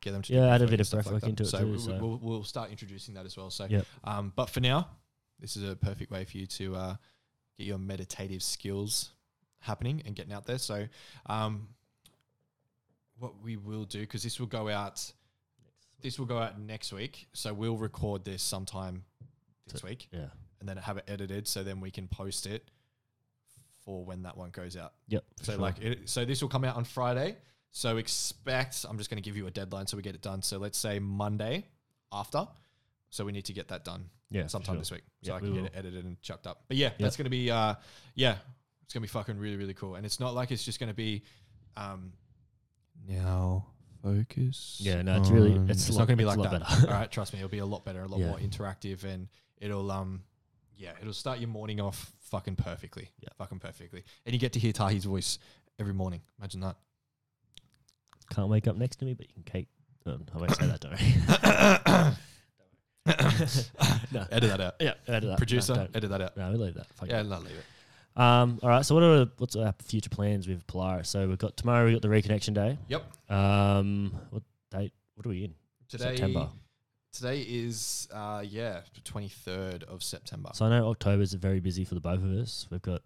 get them to do Yeah, add a breathwork bit and of stuff breathwork that. into it so, too, we, so- We'll, we'll start introducing that as well so Yep. um but for now this is a perfect way for you to uh get your meditative skills happening and getting out there so um what we will do because this will go out this will go out next week so we'll record this sometime this week Yeah. and then have it edited so then we can post it for when that one goes out. Yep. for So sure. like it, so this will come out on Friday. So expect I'm just going to give you a deadline so we get it done. So let's say Monday after. So we need to get that done yeah, for sometime sure. this week so Yeah, I can we get will. it edited and chucked up. But yeah, that's going to be uh yeah, it's going to be fucking really really cool and it's not like it's just going to be um now focus. Yeah, no, it's really- on- it's a it's lot- not going to be it's a like lot that. better. All right, trust me, it'll be a lot better, a lot Yeah. more interactive and it'll um yeah, it'll start your morning off fucking perfectly. Yeah. Fucking perfectly. And you get to hear Tahi's voice every morning. Imagine that. Can't wake up next to me, but you can cake. Um, I won't say that. Don't worry. no. Edit that out. Yeah. Edit that. Producer, No, don't. edit that out. no we leave that. Fuck Yeah, it. no, leave it. Um. All right. So what are what's our future plans with Polaris? So we've got tomorrow. We've got the reconnection day. Yep. Um. What date? What are we in? Today September. Today is uh yeah, twenty third of September. So I know October's very busy for the both of us. We've got,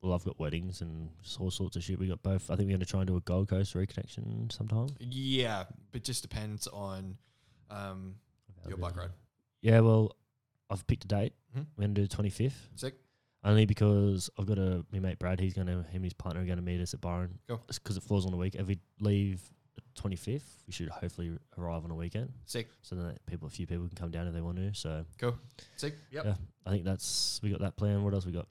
well, I've got weddings and just all sorts of shit. We got both. I think we're going to try and do a Gold Coast reconnection sometime. yeah, but just depends on um your bike ride. Yeah, well, I've picked a date. Mhm. We're going to do the twenty fifth, Sick. only because I've got a my mate Brad. He's going to him and his partner are going to meet us at Byron. Cool. Because it falls on a week. If we leave twenty fifth, we should hopefully arrive on a weekend. Sick. So then that people, a few people can come down if they want to. So Sick. Yep. yeah, I think that's we got that plan. What else we got?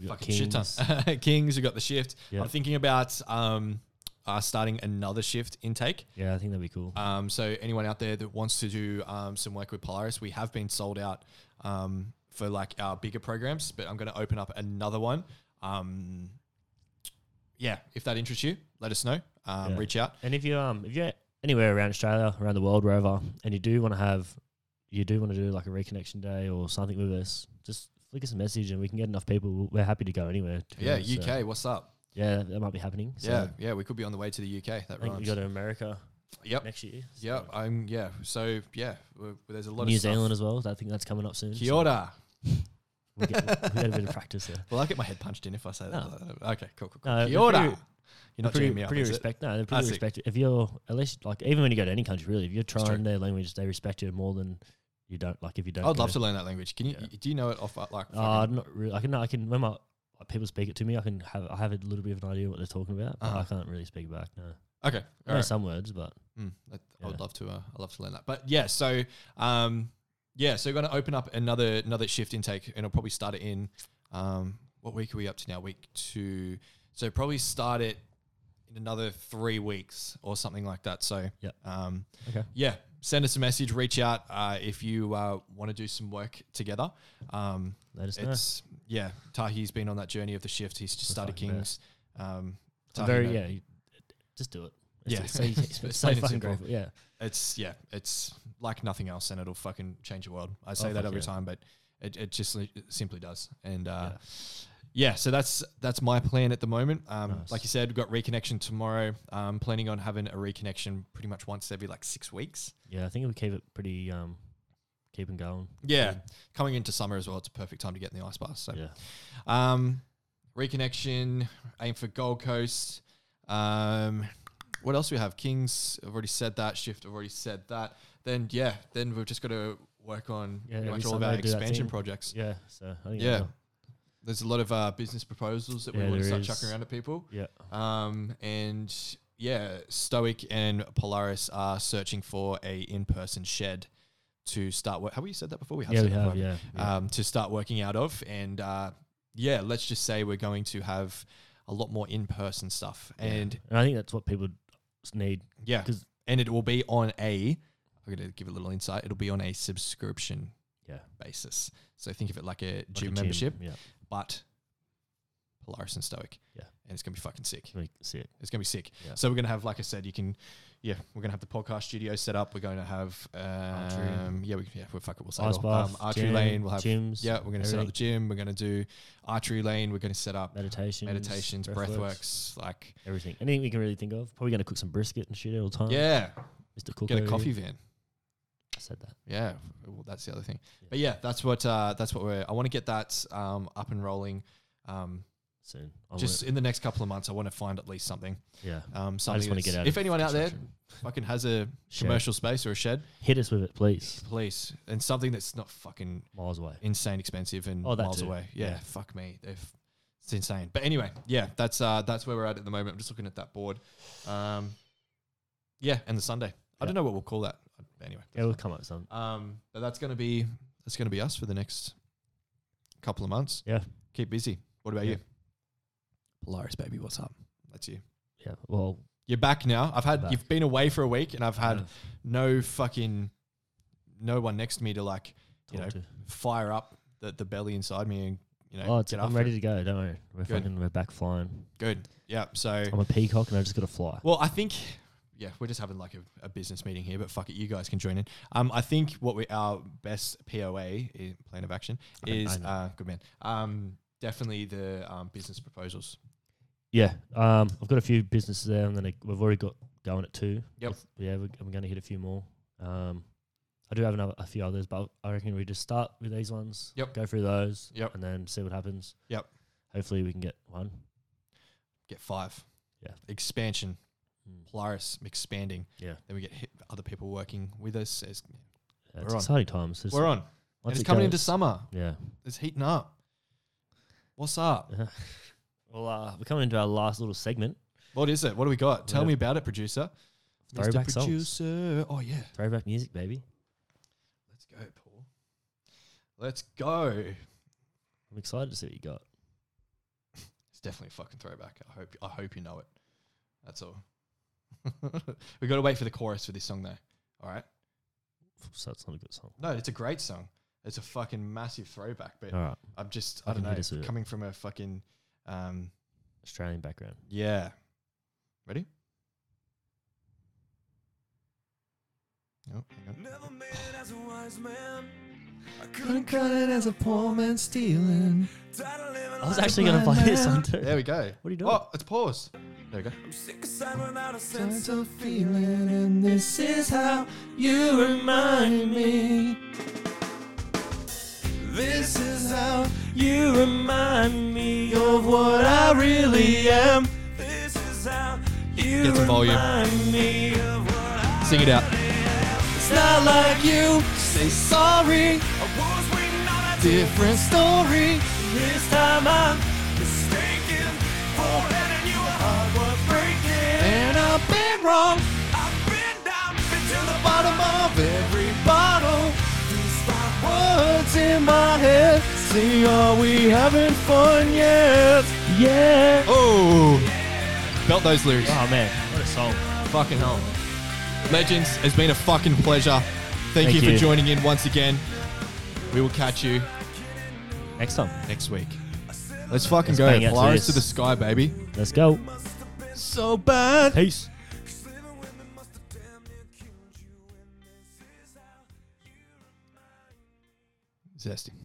We got Fucking shit ton. Kings, we got the shift. Yeah. I'm thinking about um uh, starting another shift intake. Yeah, I think that'd be cool. Um, so anyone out there that wants to do um, some work with Polaris, we have been sold out um, for like our bigger programs, but I'm going to open up another one. Um, yeah, if that interests you, let us know. Um, Yeah. Reach out. And if you um if you're anywhere around Australia, around the world, wherever, and you do want to have, you do want to do like a reconnection day or something with us, just flick us a message and we can get enough people. We'll- We're happy to go anywhere. to be Yeah, honest, so- UK, what's up? yeah, that might be happening. So yeah, yeah, we could be on the way to the UK. I That think we rhymes. go to America Yep, next year. so- yep. I'm yeah. So yeah, we're- there's a lot New of stuff. Zealand as well. I think that's coming up soon. Kia ora. we get, we'll get a bit of practice there. Well, I get my head punched in if I say that. Okay, cool, cool. cool. Kia No, they're ora. pretty- You're not pretty, jamming me up, pretty is it? respect. No, they're I pretty see. respected. If you're at least like even when you go to any country, really, if you're true. trying their language, they respect you more than you don't. Like if you don't, I'd go love to learn that language. Can you? Yeah. Do you know it off uh, like? Uh, fucking- not really. I can. I can. When my like, people speak it to me, I can have. I have a little bit of an idea what they're talking about, but Uh-huh. I can't really speak back. No, okay, I all know right. some words, but Mm, I, I would Yeah. love to. Uh, I love to learn that. But yeah, so um, yeah, so we're going to open up another another shift intake, and I'll probably start it in um, what week are we up to now? Week two. So probably start it in another three weeks or something like that. So Yep. um, Okay. yeah, send us a message, reach out uh, if you uh, want to do some work together. Um, Let us know. it's yeah, Tahi's been on that journey of the shift. He's just The started fucking Kings. Um, I'm Tahi very knows- yeah. You, just do it. It's Yeah. it's so easy. It's It's so plain and fucking simple. grateful. Yeah. it's yeah, it's like nothing else, and it'll fucking change the world. I say Oh, that fuck every yeah. time, but it, it just li- it simply does. And uh, yeah. so that's that's my plan at the moment. Um, Nice. Like you said, we've got reconnection tomorrow. I'm planning on having a reconnection pretty much once every like six weeks. Yeah. I think we keep it pretty um, keep 'em going. Yeah, coming into summer as well, it's a perfect time to get in the ice bath. So Yeah. Um, reconnection, aim for Gold Coast. Um, what else do we have? Kings, I've already said that. Shift, I've already said that. Then, yeah, then we've just got to work on Yeah, pretty every much all of our Sunday do that expansion thing. projects. Yeah. So I think Yeah. that'll- There's a lot of uh, business proposals that we Yeah, want to start there is. chucking around at people. Yeah. Um, and yeah, Stoic and Polaris are searching for a in-person shed to start. Work. Have we said that before? We have. Yeah. said We that have. before, Yeah. yeah. um, to start working out of. And uh, yeah, let's just say we're going to have a lot more in person stuff. And and I think that's what people s- need. yeah, 'Cause- and it will be on a, I'm going to give a little insight, it'll be on a subscription Yeah. basis. So think of it like a like a gym membership, Yeah. but Polaris and Stoic. Yeah. And it's going to be fucking sick. Like, sick. It's going to be sick. Yeah. So we're going to have, like I said, you can, yeah, we're going to have the podcast studio set up. We're going to have, um, yeah, we, yeah, we're fuck it, we'll say it Ice all. bath, um, archery gym, lane. We'll have gyms. yeah, we're going to set up everything. the gym. We're going to do archery lane. We're going to set up meditations, meditations, breathworks, like everything. Anything we can really think of. Probably going to cook some brisket and shit all the time. yeah, Mr. Cook. get a over coffee here. van. I said that. Yeah, well, that's the other thing. Yeah. But yeah, that's what uh, that's what we're. I want to get that um, up and rolling. Um, soon. I just in the next couple of months, I want to find at least something. yeah. Um, something I just want that's- to get out. If of anyone out there construction. fucking has a Shed. commercial space or a shed, hit us with it, please. please, and something that's not fucking Miles away. insane expensive and Oh, that miles too. away. Yeah, Yeah. fuck me. They've, it's insane. But anyway, yeah, that's uh that's where we're at at the moment. I'm just looking at that board. Um yeah, and the Sunday. I Yeah. don't know what we'll call that. Uh, Anyway. Yeah, we'll come up with something. Um but that's going to be that's going to be us for the next couple of months. Yeah. Keep busy. What about Yeah. you? Polaris baby, what's up? That's you. Yeah. Well, You're back now. I've had Back. you've been away for a week and I've had uh, no fucking no one next to me to like you talk know, to- fire up the, the belly inside me and you know oh, it's, get after I'm ready to go. Don't worry. We're Good. fucking. We're back flying. it. Good. Yeah. So I'm a peacock and I just got to fly. well I think yeah, we're just having like a, a business meeting here, but fuck it, you guys can join in. Um I think what we our best POA i- plan of action I- I is know. uh good man. Um definitely the um, business proposals. Yeah. Um, I've got a few businesses there, and then I, we've already got going at two. Yep. With- Yeah, we're, I'm going to hit a few more. Um, I do have another, a few others, but I reckon we just start with these ones. Yep. Go through those. Yep. And then see what happens. Yep. Hopefully we can get one. Get five. Yeah. Expansion. Mm. Polaris expanding. Yeah. Then we get hit, other people working with us. It's, Yeah, We're It's on. exciting times. It's- we're on. And once it's it coming into goes- summer. Yeah. It's heating up. What's up? Well, uh, we're coming into our last little segment. What is it? What do we got? Tell Yeah. me about it, producer. Throwback songs. producer. Oh yeah. Throwback music, baby. Let's go, Paul. Let's go. It's I'm excited to see what you got. definitely a fucking throwback. I hope I hope you know it. That's all. we gotta wait for the chorus for this song though. All right. So it's not a good song. No, it's a great song. It's a fucking massive throwback, but All right. I'm just I Fucking don't know, hit us with it. coming from a fucking um Australian background. yeah. Ready? Oh, hang on. Never made as a wise man. I Couldn't cut it as a poor man stealing. Tired of living I was like a actually going to play blind this man. song too. There we go. What are you doing? Oh, it's paused. There we go. I'm sick of sight without a sense Sense of of feeling, and this is how you remind me. This is how you remind me of what I really am. this is how you Get some volume. remind me of what I Sing it out. It's not like you say sorry. I was waiting on a Different story. This time I'm mistaken for letting you a heart worth breaking. And I've been wrong. I've been down, been to the Bottom of every bottle. bottom. Words in my head. So see, are we having fun yet? Yeah. Oh, belt those lyrics. Oh man, what a song! Fucking hell. Legends, it's been a fucking pleasure. Thank, Thank you for you. joining in once again. We will catch you Next time, next week. Let's fucking Let's bang go. out to Fly us this. to the sky, baby. let's go. So bad. Peace. Zesty.